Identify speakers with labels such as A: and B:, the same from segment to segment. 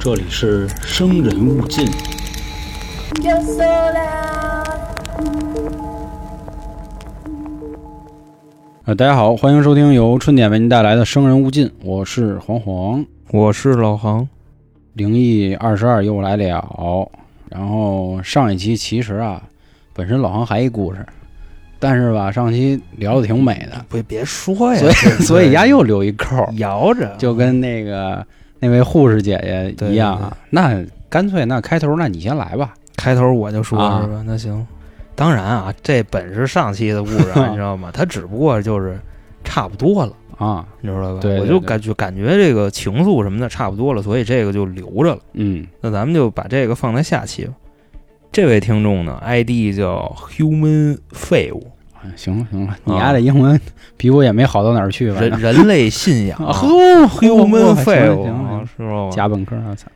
A: 这里是生人勿近。
B: You're so loud.
A: 呃，大家好，欢迎收听由春点为您带来的《生人勿近》，我是黄黄，
C: 我是老航，
A: 灵异二十二又来了。然后上一期其实啊，本身老航还一故事，但是吧，上期聊的挺美 的，
C: 不别说呀
A: 所以所以丫又留一扣儿，
C: 摇着
A: 就跟那个那位护士姐姐一样啊。那干脆那开头，那你先来吧。
C: 开头我就说、
A: 啊
C: 是吧？那行，当然啊，这本是上期的污 染，你知道吗？它只不过就是差不多了，
A: 啊，
C: 你知道吧？
A: 对对
C: 我就感觉感觉这个情愫什么的差不多了，所以这个就留着了。
A: 嗯
C: 那咱们就把这个放在下期吧。这位听众呢，ID 叫 human 废物，
A: 哎行了行了，你丫的英文 比我也没好到哪儿去，反
C: 人
A: 正
C: 人类信仰
A: 啊呵呵
C: human 废物
A: 行了行了
C: 啊，知道吧？
A: 加本科啊，操！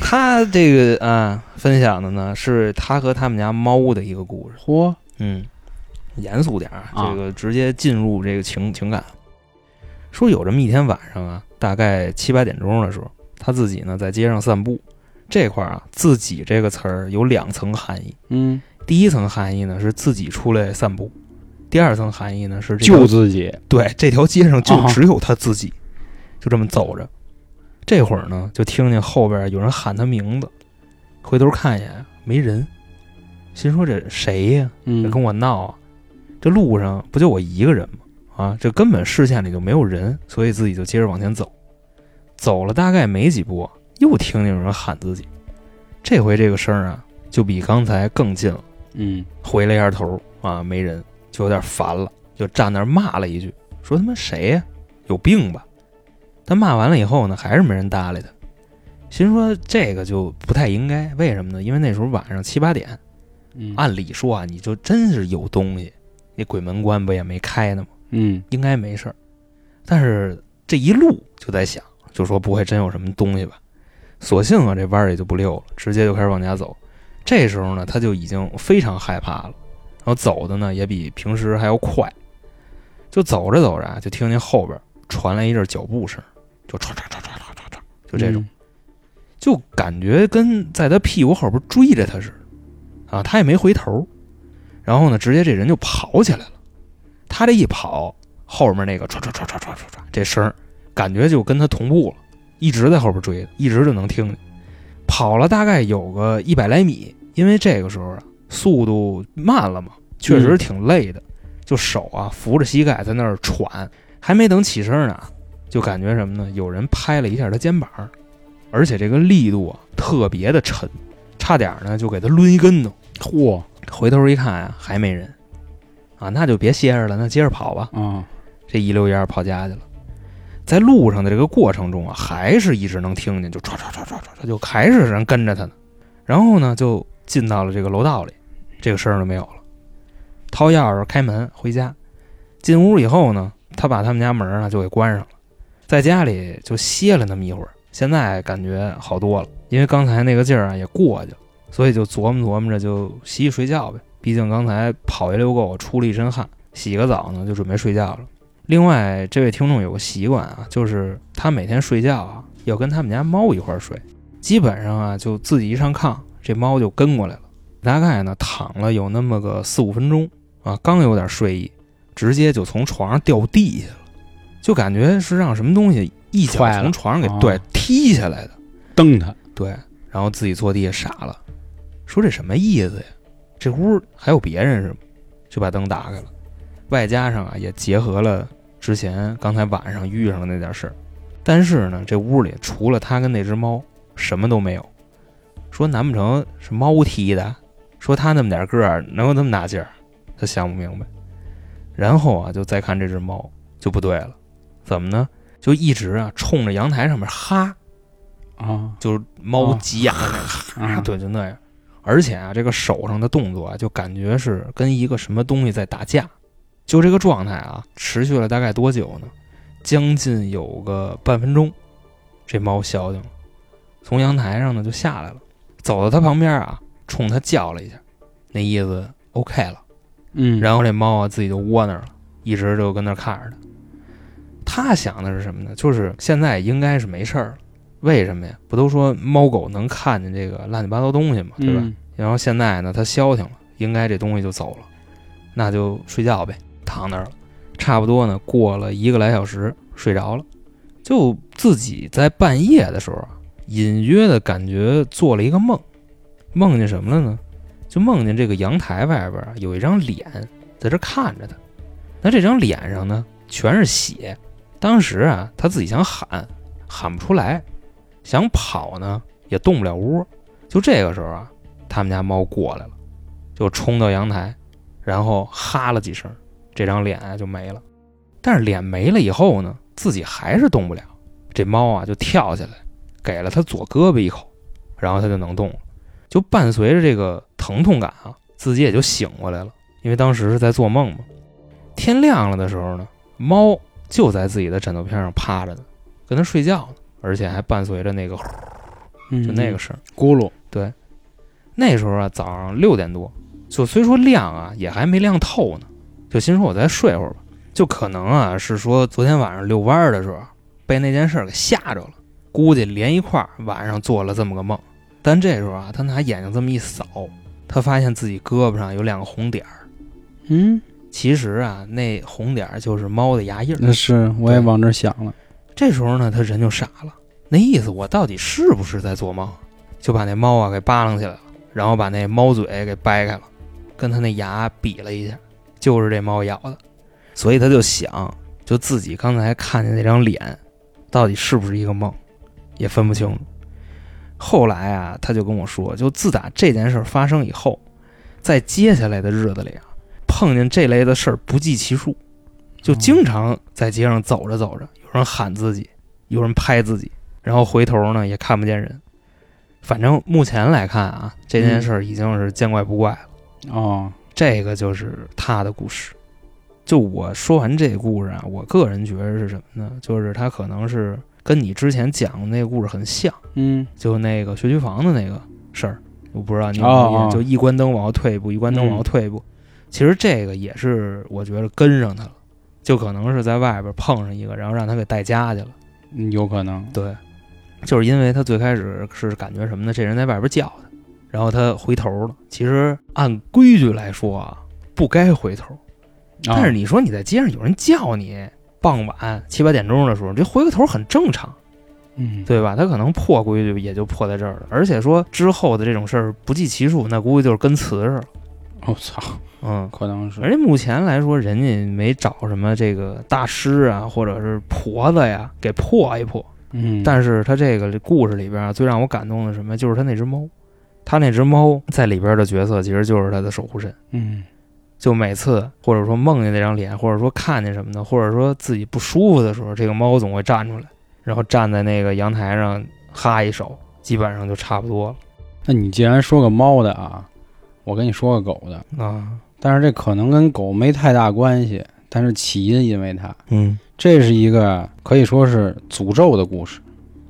C: 他这个啊，分享的呢是他和他们家猫的一个故事。
A: 嚯，
C: 嗯，严肃点儿
A: 啊
C: 啊，这个直接进入这个情情感。说有这么一天晚上啊，大概七八点钟的时候，他自己呢在街上散步。这块儿啊，“自己”这个词儿有两层含义。
A: 嗯，
C: 第一层含义呢是自己出来散步，第二层含义呢是这条
A: 救自己
C: 对，这条街上就
A: 啊
C: 只有他自己，就这么走着。这会儿呢，就听见后边有人喊他名字，回头看一眼没人，心说这谁呀、这
A: 嗯
C: 跟我闹啊！这路上不就我一个人吗？啊，这根本视线里就没有人，所以自己就接着往前走。走了大概没几步，啊又听见有人喊自己。这回这个声儿啊，就比刚才更近了。
A: 嗯
C: 回了一下头啊，没人，就有点烦了，就站那儿骂了一句，说他妈谁呀、有病吧？他骂完了以后呢，还是没人搭理他，心说这个就不太应该，为什么呢？因为那时候晚上七八点，
A: 嗯
C: 按理说啊，你就真是有东西，那鬼门关不也没开呢吗？
A: 嗯
C: 应该没事儿。但是这一路就在想，就说不会真有什么东西吧？索性啊，这弯儿也就不溜了，直接就开始往家走。这时候呢，他就已经非常害怕了，然后走的呢也比平时还要快。就走着走着啊，就听见后边传来一阵脚步声，就唰唰唰唰唰唰唰，就
A: 嗯
C: 这种。就感觉跟在他屁股后边追着他似的，啊，他也没回头，然后呢，直接这人就跑起来了。他这一跑，后面那个唰唰唰唰唰唰唰，这声儿感觉就跟他同步了，一直在后边追，一直就能听见。跑了大概有个一百来米，因为这个时候啊，速度慢了嘛，确实挺累的，就手啊扶着膝盖在那儿喘，还没等起身呢，就感觉什么呢？有人拍了一下他肩膀，而且这个力度啊特别的沉，差点呢就给他抡一跟头。
A: 嚯
C: 回头一看啊，还没人，啊，那就别歇着了，那接着跑吧。
A: 啊
C: 这一溜烟儿跑家去了。在路上的这个过程中啊，还是一直能听见，就唰唰唰唰唰，就还是人跟着他呢。然后呢，就进到了这个楼道里，这个声儿就没有了。掏钥匙开门回家，进屋以后呢，他把他们家门啊就给关上了，在家里就歇了那么一会儿。现在感觉好多了，因为刚才那个劲儿啊也过去了，所以就琢磨琢磨着就洗洗睡觉呗。毕竟刚才跑一溜够，出了一身汗，洗个澡呢就准备睡觉了。另外，这位听众有个习惯啊，就是他每天睡觉啊，要跟他们家猫一块儿睡。基本上啊，就自己一上炕，这猫就跟过来了。大概呢，躺了有那么个四五分钟啊，刚有点睡意，直接就从床上掉地下了，就感觉是让什么东西一脚
A: 踹了
C: 从床上给
A: 哦
C: 对踢下来的。
A: 蹬他
C: 对，然后自己坐地下傻了，说这什么意思呀？这屋还有别人是吗？就把灯打开了，外加上啊也结合了之前刚才晚上遇上的那点事儿，但是呢，这屋里除了他跟那只猫，什么都没有。说难不成是猫踢的？说他那么点个儿能有那么大劲儿？他想不明白。然后啊，就再看这只猫就不对了，怎么呢？就一直啊冲着阳台上面哈，
A: 啊
C: 就是猫
A: 哦
C: 急眼的那个 啊，
A: 啊
C: 对，就那样。而且啊，这个手上的动作啊，就感觉是跟一个什么东西在打架，就这个状态啊，持续了大概多久呢？将近有个半分钟，这猫消停了，从阳台上呢就下来了，走到它旁边啊，冲它叫了一下，那意思 OK 了。
A: 嗯
C: 然后这猫啊自己就窝那儿了，一直就跟那儿看着它。他想的是什么呢？就是现在应该是没事儿了，为什么呀？不都说猫狗能看见这个乱七八糟东西嘛，对吧？
A: 嗯
C: 然后现在呢，它消停了，应该这东西就走了，那就睡觉呗，躺那儿了。差不多呢，过了一个来小时，睡着了，就自己在半夜的时候啊，隐约的感觉做了一个梦，梦见什么了呢？就梦见这个阳台外边啊有一张脸在这看着他，那这张脸上呢全是血。当时啊，他自己想喊，喊不出来，想跑呢也动不了窝。就这个时候啊，他们家猫过来了，就冲到阳台，然后哈了几声，这张脸啊就没了。但是脸没了以后呢，自己还是动不了。这猫啊就跳起来，给了它左胳膊一口，然后它就能动了。就伴随着这个疼痛感啊，自己也就醒过来了，因为当时是在做梦嘛。天亮了的时候呢，猫就在自己的枕头边上趴着呢，跟它睡觉呢，而且还伴随着那个呼
A: 嗯，
C: 就那个声儿。
A: 咕噜，
C: 那时候啊，早上六点多，就虽说亮啊，也还没亮透呢，就心说我再睡会儿吧。就可能啊，是说昨天晚上遛弯儿的时候被那件事儿给吓着了，估计连一块儿晚上做了这么个梦。但这时候啊，他拿眼睛这么一扫，他发现自己胳膊上有两个红点儿。
A: 嗯，
C: 其实啊，那红点儿就是猫的牙印
A: 那
C: 儿。
A: 是我也往这儿想了，
C: 这时候呢，他人就傻了，那意思我到底是不是在做梦？就把那猫啊给扒拉起来了，然后把那猫嘴给掰开了，跟他那牙比了一下，就是这猫咬的，所以他就想，就自己刚才看见那张脸，到底是不是一个梦，也分不清楚。后来啊，他就跟我说，就自打这件事儿发生以后，在接下来的日子里啊，碰见这类的事儿不计其数，就经常在街上走着走着，有人喊自己，有人拍自己，然后回头呢也看不见人。反正目前来看啊，这件
A: 嗯
C: 事儿已经是见怪不怪了。啊
A: 哦，
C: 这个就是他的故事。就我说完这故事啊，我个人觉得是什么呢？就是他可能是跟你之前讲的那个故事很像，
A: 嗯，
C: 就那个学区房的那个事儿。我不知道你有没有
A: 哦
C: 印象
A: 哦嗯
C: 就一关灯往后退一步，一关灯往后退一步。其实这个也是我觉得跟上他了，就可能是在外边碰上一个，然后让他给带家去了。
A: 嗯有可能，
C: 对，就是因为他最开始是感觉什么呢？这人在外边叫他，然后他回头了。其实按规矩来说啊，不该回头。但是
A: 你
C: 你说你在街上有人叫你，傍晚七八点钟的时候，这回个头很正常，
A: 嗯，
C: 对吧？他可能破规矩也就破在这儿了。而且说之后的这种事儿不计其数，那估计就是跟词似的。
A: 我哦操，
C: 嗯，
A: 可能是
C: 而且目前来说，人家没找什么这个大师啊，或者是婆子呀给破一破。
A: 嗯，
C: 但是他这个故事里边啊，最让我感动的是什么？就是他那只猫，他那只猫在里边的角色其实就是他的守护神。
A: 嗯，
C: 就每次或者说梦见那张脸，或者说看见什么的，或者说自己不舒服的时候，这个猫总会站出来，然后站在那个阳台上哈一手，基本上就差不多
A: 那你既然说个猫的啊，我跟你说个狗的，
C: 了啊。
A: 但是这可能跟狗没太大关系，但是起因因为它，
C: 嗯
A: 这是一个可以说是诅咒的故事，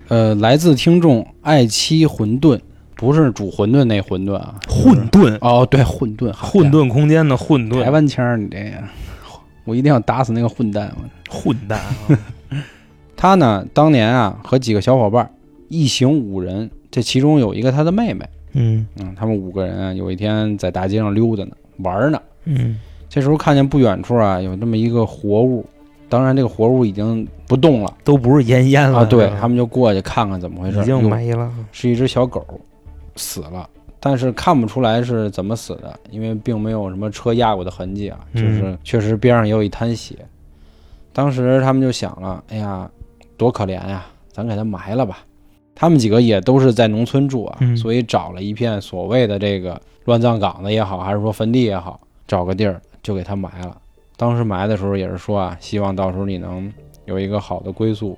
A: 呃，来自听众爱妻馄饨，不是煮馄饨那馄饨啊，
C: 混沌，
A: 哦，对，混沌，好
C: 混
A: 家
C: 沌空间的混
A: 伙，台
C: 沌，
A: 湾腔儿，你这个，我一定要打死那个混蛋！我
C: 混蛋啊！
A: 他呢，当年啊和几个小伙伴儿一行五人，这其中有一个他的妹妹，
C: 嗯
A: 嗯，他们五个人啊，有一天在大街上溜达呢，玩儿呢。
C: 嗯
A: 这时候看见不远处啊有这么一个活物，当然这个活物已经不动了
C: 都不是烟烟了
A: 啊，对他们就过去看看怎么回事，
C: 嗯已经
A: 哟
C: 没了。
A: 是一只小狗，死了，但是看不出来是怎么死的，因为并没有什么车压过的痕迹啊，就
C: 嗯
A: 是确实边上也有一滩血。当时他们就想了，哎呀，多可怜呀，咱给它埋了吧。他们几个也都是在农村住啊，
C: 嗯
A: 所以找了一片所谓的这个乱葬岗子也好，还是说坟地也好，找个地儿就给它埋了。当时埋的时候也是说啊，希望到时候你能有一个好的归宿，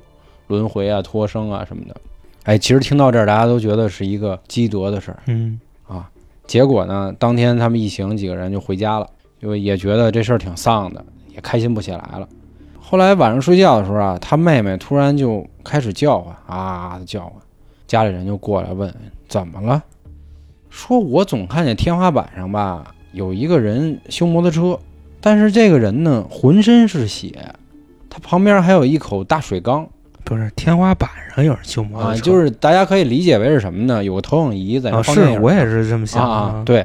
A: 轮回啊、脱生啊什么的。哎，其实听到这儿，大家都觉得是一个积德的事儿
C: 嗯
A: 啊。结果呢，当天他们一行几个人就回家了，就也觉得这事儿挺丧的，也开心不起来了。后来晚上睡觉的时候啊，他妹妹突然就开始叫唤啊啊的叫唤，家里人就过来问怎么了，说我总看见天花板上吧有一个人修摩托车，但是这个人呢浑身是血，他旁边还有一口大水缸，
C: 不是天花板上有人修摩
A: 啊，
C: 托车，
A: 就是大家可以理解为是什么呢？有个投影仪在那
C: 啊，
A: 儿放
C: 是
A: 电影、
C: 我也是这么想
A: 啊
C: 的
A: 啊，，对，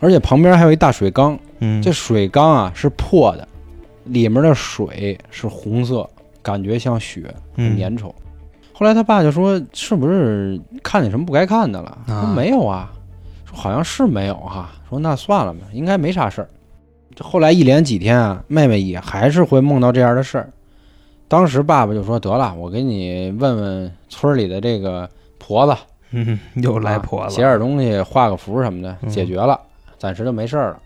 A: 而且旁边还有一大水缸，
C: 嗯，
A: 这水缸啊是破的，里面的水是红色，感觉像血，很
C: 嗯
A: 粘稠。后来他爸就说：“是不是看见什么不该看的了？”
C: 啊
A: 说：“没有啊。”说：“好像是没有哈、说：“那算了吧，应该没啥事儿。”这后来一连几天啊，妹妹也还是会梦到这样的事儿。当时爸爸就说：“得了，我给你问问村里的这个婆子，
C: 嗯，又来
A: 啊
C: 婆了，
A: 写点东西，画个符什么的，
C: 嗯
A: 解决了，暂时就没事儿了。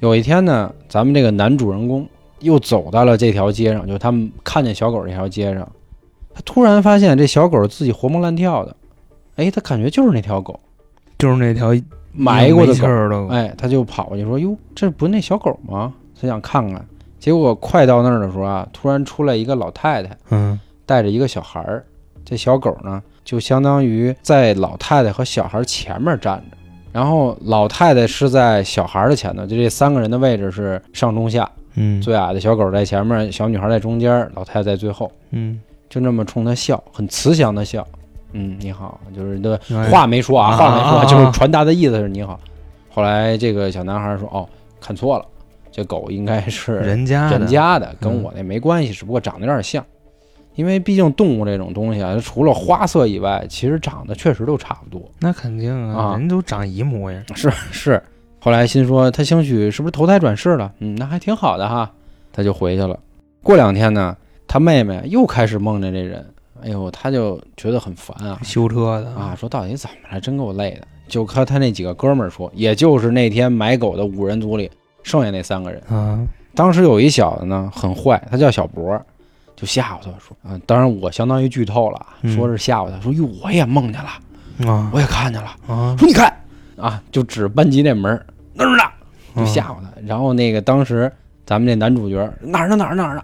A: 有一天呢，咱们这个男主人公又走到了这条街上，就是他们看见小狗这条街上，他突然发现这小狗自己活蹦乱跳的，哎，他感觉就是那条狗
C: 就是那条
A: 埋过的
C: 没气
A: 狗，
C: 儿的狗，
A: 哎，他就跑过去说：“哟，这不那小狗吗？”他想看看，结果快到那儿的时候啊，突然出来一个老太太，
C: 嗯，
A: 带着一个小孩儿，这小狗呢就相当于在老太太和小孩前面站着，然后老太太是在小孩的前头，就这三个人的位置是上中下，
C: 嗯，
A: 最矮的小狗在前面，小女孩在中间，老太太在最后，
C: 嗯，
A: 就那么冲他笑，很慈祥的笑，嗯，你好，就是的
C: 哎
A: 话没说啊，
C: 啊
A: 话没说
C: 啊啊
A: 啊，就是传达的意思是你好。后来这个小男孩说，哦，看错了，这狗应该是
C: 人家的
A: 人家的，
C: 嗯
A: 跟我那没关系，只不过长得有点像。因为毕竟动物这种东西啊，除了花色以外，其实长得确实都差不多。
C: 那肯定啊，
A: 啊
C: 人都长一模样，
A: 是是。后来心说他兴许是不是投胎转世了？嗯，那还挺好的哈。他就回去了。过两天呢，他妹妹又开始梦见这人，哎呦，他就觉得很烦啊
C: 修车的
A: 啊，，说到底怎么了？真够累的。就和他那几个哥们儿说，也就是那天买狗的五人组里剩下那三个人。
C: 啊，
A: 当时有一小子呢，很坏，他叫小博，就吓唬他说：“啊、当然我相当于剧透了啊，
C: 嗯
A: 说是吓唬他说，哟，我也梦见了，
C: 啊
A: 我也看见了，
C: 啊，
A: 说你看啊，就指班级那门儿那儿呢，就
C: 啊
A: 吓唬他。然后那个当时咱们这男主角哪儿呢哪儿呢哪儿呢，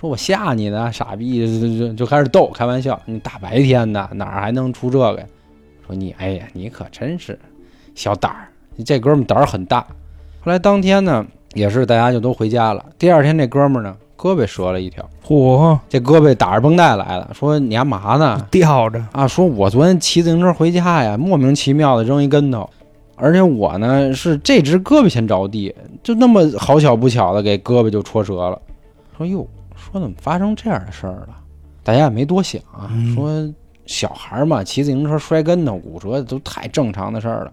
A: 说我吓你呢，傻逼，就就就就开始逗，开玩笑，你大白天的哪儿还能出这个呀？说你哎呀，你可真是小胆儿，你这哥们儿胆儿很大。后来当天呢，也是大家就都回家了。第二天这哥们儿呢，胳膊折了一条，
C: 嚯，
A: 这胳膊打着绷带来了，说你干嘛呢？
C: 吊着，
A: 啊，说我昨天骑自行车回家呀，莫名其妙的扔一跟头，而且我呢是这只胳膊先着地，就那么好巧不巧的给胳膊就戳折了。说哟，说怎么发生这样的事儿了？大家也没多想啊，
C: 嗯
A: 说小孩儿嘛，骑自行车摔跟头骨折都太正常的事儿了。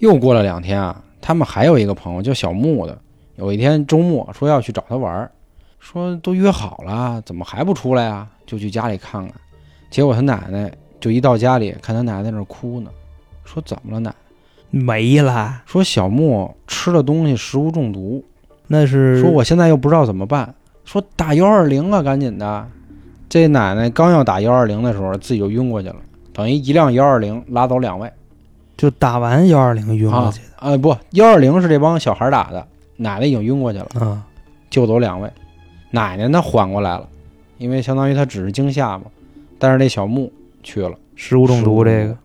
A: 又过了两天啊，他们还有一个朋友叫小木的，有一天周末说要去找他玩儿，说都约好了，怎么还不出来啊？就去家里看看。结果他奶奶就一到家里，看他奶奶在那儿哭呢，说怎么了奶？
C: 没了，
A: 说小木吃了东西食物中毒，
C: 那是
A: 说我现在又不知道怎么办，说打幺二零啊，赶紧的。这奶奶刚要打幺二零的时候，自己就晕过去了，等于一辆幺二零拉走两位。
C: 就打完幺二零晕过去
A: 啊、不，幺二零是这帮小孩打的，奶奶已经晕过去了，
C: 的啊，
A: 救走两位。奶奶呢缓过来了，因为相当于她只是惊吓嘛，但是那小木去了。
C: 食物中毒这个，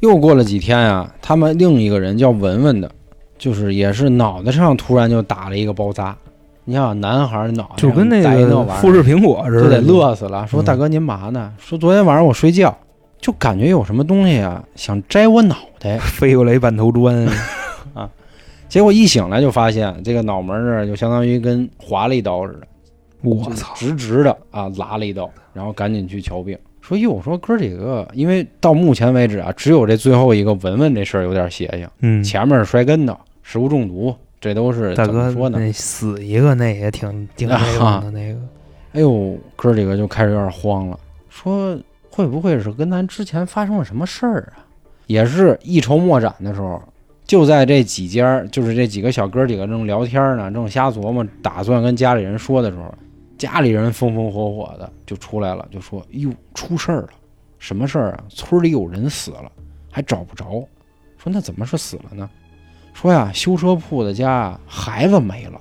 A: 又过了几天啊，他们另一个人叫文文的，就是也是脑袋上突然就打了一个包扎。你想，男孩儿脑袋
C: 就跟那
A: 打一
C: 个
A: 玩意
C: 富
A: 儿，
C: 士苹果似
A: 就
C: 的，
A: 得乐死了。说
C: 嗯
A: 大哥您嘛呢？说昨天晚上我睡觉，就感觉有什么东西啊想摘我脑袋，
C: 飞过来一半头 砖，
A: 结果一醒来就发现这个脑门儿这儿就相当于跟划了一刀似的。
C: 我操，
A: 直直的啊拉了一刀，然后赶紧去瞧病。说哟，我说哥几个，啊因为到目前为止啊，只有这最后一个文文这事儿有点邪性，
C: 嗯，
A: 前面是摔跟头、食物中毒，这都是
C: 大
A: 呃怎
C: 哥
A: 么说呢？
C: 那死一个那也挺挺那种的那个，
A: 哎呦，哥几个就开始有点慌了，说会不会是跟咱之前发生了什么事儿啊？也是一筹莫展的时候，就在这几家儿，就是这几个小哥几个正聊天呢，正瞎琢磨，打算跟家里人说的时候，家里人风风火火的就出来了，就说：“哟，出事儿了！什么事儿啊？村里有人死了，还找不着。”说那怎么是死了呢？说呀，修车铺的家啊孩子没了，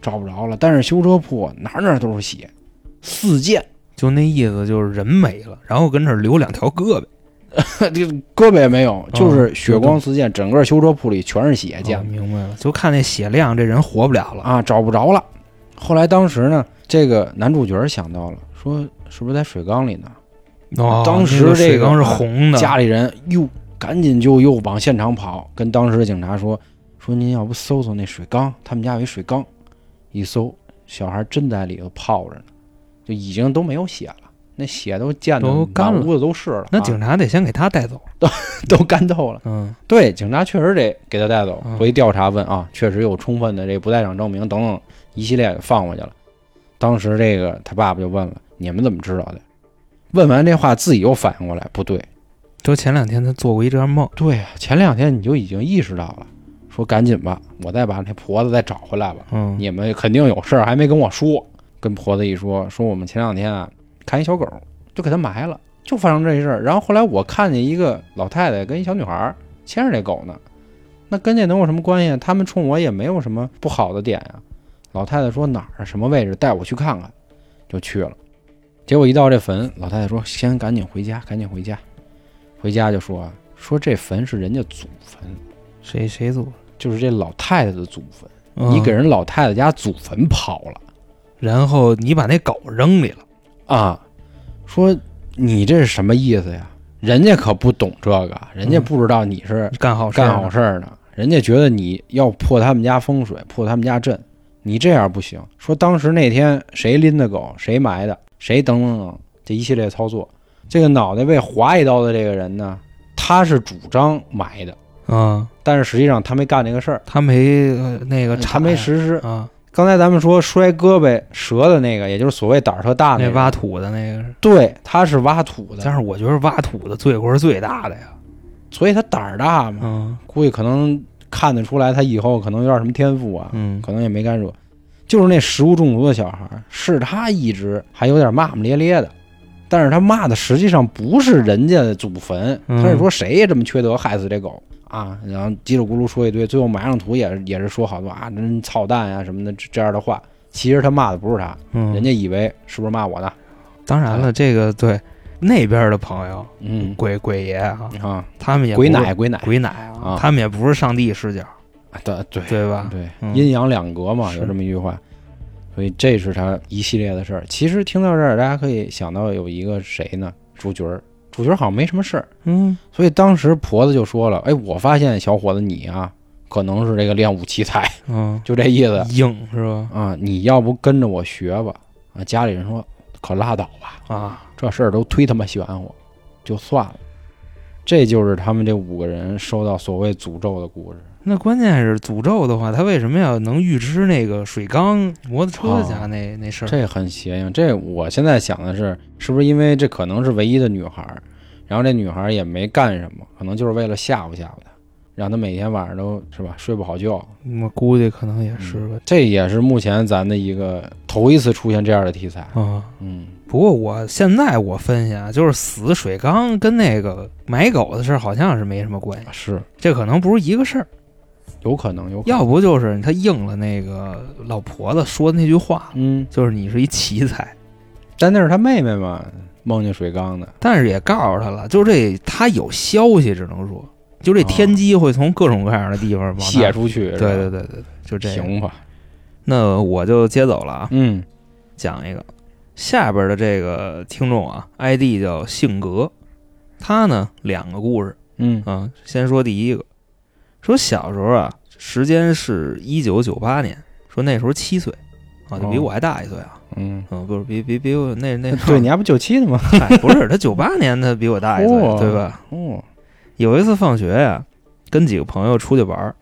A: 找不着了，但是修车铺哪儿哪儿都是血，四溅，
C: 就那意思就是人没了，然后跟这儿留两条胳膊，
A: 这胳膊也没有，
C: 嗯
A: 就是血光四溅，整个修车铺里全是血溅
C: 哦明白了，就看那血量，这人活不了了，
A: 啊，找不着了。后来当时呢，这个男主角想到了，说是不是在水缸里呢？
C: 哦，
A: 当时
C: 那个
A: 这
C: 水
A: 个
C: 缸是红的，啊
A: 家里人哟，赶紧就又往现场跑，跟当时的警察说说您要不搜搜那水缸，他们家有一水缸，一搜，小孩真在里头泡着呢，就已经都没有血了，那血都溅的
C: 都干了
A: 满屋子都是了，
C: 那
A: 啊
C: 警察得先给他带走。
A: 都干透了。
C: 嗯，
A: 对，警察确实得给他带走
C: 嗯，
A: 回去调查问啊，确实有充分的这不在场证明等等一系列放回去了。当时这个他爸爸就问了：“你们怎么知道的？”问完这话，自己又反应过来，不对，
C: 就前两天他做过一这样梦，
A: 对啊，前两天你就已经意识到了，说赶紧吧，我再把那婆子再找回来吧。
C: 嗯，
A: 你们肯定有事儿还没跟我说，跟婆子一说，说我们前两天啊看一小狗，就给它埋了，就发生这事儿。然后后来我看见一个老太太跟一小女孩儿牵着这狗呢，那跟这能有什么关系？啊他们冲我也没有什么不好的点呀、老太太说哪儿啊什么位置，带我去看看，就去了。结果一到这坟，老太太说先赶紧回家，赶紧回家。回家就说啊说这坟是人家祖坟，
C: 谁谁做？
A: 就是这老太太的祖坟。
C: 嗯
A: 你给，人老太太家祖坟刨了
C: 然后你把那狗扔里了。
A: 啊！说你这是什么意思呀？人家可不懂这个，人
C: 嗯
A: 家不知道你是
C: 你干好事儿
A: 干
C: 呢
A: 好事儿
C: 啊
A: 呢，人家觉得你要破他们家风水，破他们家阵，你这样不行。说当时那天谁拎的狗，谁埋的，谁等等等，这一系列操作，这个脑袋被划一刀的这个人呢，他是主张埋的，
C: 嗯，
A: 但是实际上他没干这个事儿，
C: 他没呃那个
A: 他
C: 铲
A: 没实施。
C: 啊，
A: 刚才咱们说摔胳膊折的那个，也就是所谓胆儿特大
C: 那
A: 个
C: 挖土的那个是。
A: 对，他是挖土
C: 但
A: 的，
C: 是我觉得挖土的罪过是最大的呀。
A: 所以他胆儿大嘛，
C: 嗯
A: 估计可能看得出来他以后可能有点什么天赋啊，
C: 嗯，
A: 可能也没干惹。就是那食物中毒的小孩儿，是他一直还有点骂骂咧咧的，但是他骂的实际上不是人家的祖坟，
C: 嗯
A: 他是说谁也这么缺德，害死这狗啊，然后叽里咕噜说一堆，最后埋上土也是也是说好多啊，真操蛋呀、什么的这这样的话，其实他骂的不是他，
C: 嗯
A: 人家以为是不是骂我呢？
C: 当然了，这个对那边的朋友，
A: 哎嗯
C: 鬼鬼爷啊，
A: 啊，
C: 他们也不
A: 鬼
C: 是
A: 奶鬼奶
C: 鬼奶啊
A: 啊，
C: 他们也不是上帝视角，
A: 啊，对对
C: 对吧？
A: 对，
C: 嗯
A: 阴阳两隔嘛，
C: 是
A: 有这么一句话。所以这是他一系列的事儿。其实听到这儿，大家可以想到有一个谁呢？主角儿，主角儿好像没什么事儿。
C: 嗯，
A: 所以当时婆子就说了：“哎，我发现小伙子你啊，可能是这个练武奇才，
C: 嗯，
A: 就这意思
C: 硬是吧？
A: 啊。你要不跟着我学吧？啊，家里人说可拉倒吧，
C: 啊，
A: 这事儿都忒他妈玄乎，就算了。”这就是他们这五个人受到所谓诅咒的故事。
C: 那关键是诅咒的话，他为什么要能预知那个水缸摩托车家那、那事儿？
A: 啊这很邪性。这我现在想的是，是不是因为这可能是唯一的女孩儿，然后这女孩儿也没干什么，可能就是为了吓唬吓唬她，让她每天晚上都是吧睡不好觉。
C: 我估计可能也是吧。
A: 这也是目前咱的一个头一次出现这样的题材。
C: 啊，
A: 嗯，
C: 不过我现在我分析啊，就是死水缸跟那个买狗的事儿好像是没什么关系，
A: 是
C: 这可能不是一个事儿。
A: 有可能，有可能。
C: 要不就是他应了那个老婆子说的那句话，
A: 嗯，
C: 就是你是一奇才，
A: 但那是她妹妹嘛，梦见水缸的。
C: 但是也告诉他了，就是这他有消息，只能说，就这天机会从各种各样的地方往
A: 哦
C: 那
A: 泄。出去，
C: 对
A: 是吧
C: 对对对对，就这样。
A: 行吧，
C: 那我就接走了啊。
A: 嗯，
C: 讲一个，下边的这个听众啊，ID 叫性格，他呢两个故事
A: 嗯
C: 啊，先说第一个，说小时候啊，时间是一九九八年，说那时候七岁啊，就比
A: 哦
C: 我还大一岁啊，
A: 嗯，
C: 嗯，不是比比比 我那那
A: 对，你还不九七的吗？
C: 嗨哎不是他九八年他比我大一岁，
A: 哦
C: 对吧？
A: 哦，
C: 有一次放学呀、跟几个朋友出去玩儿，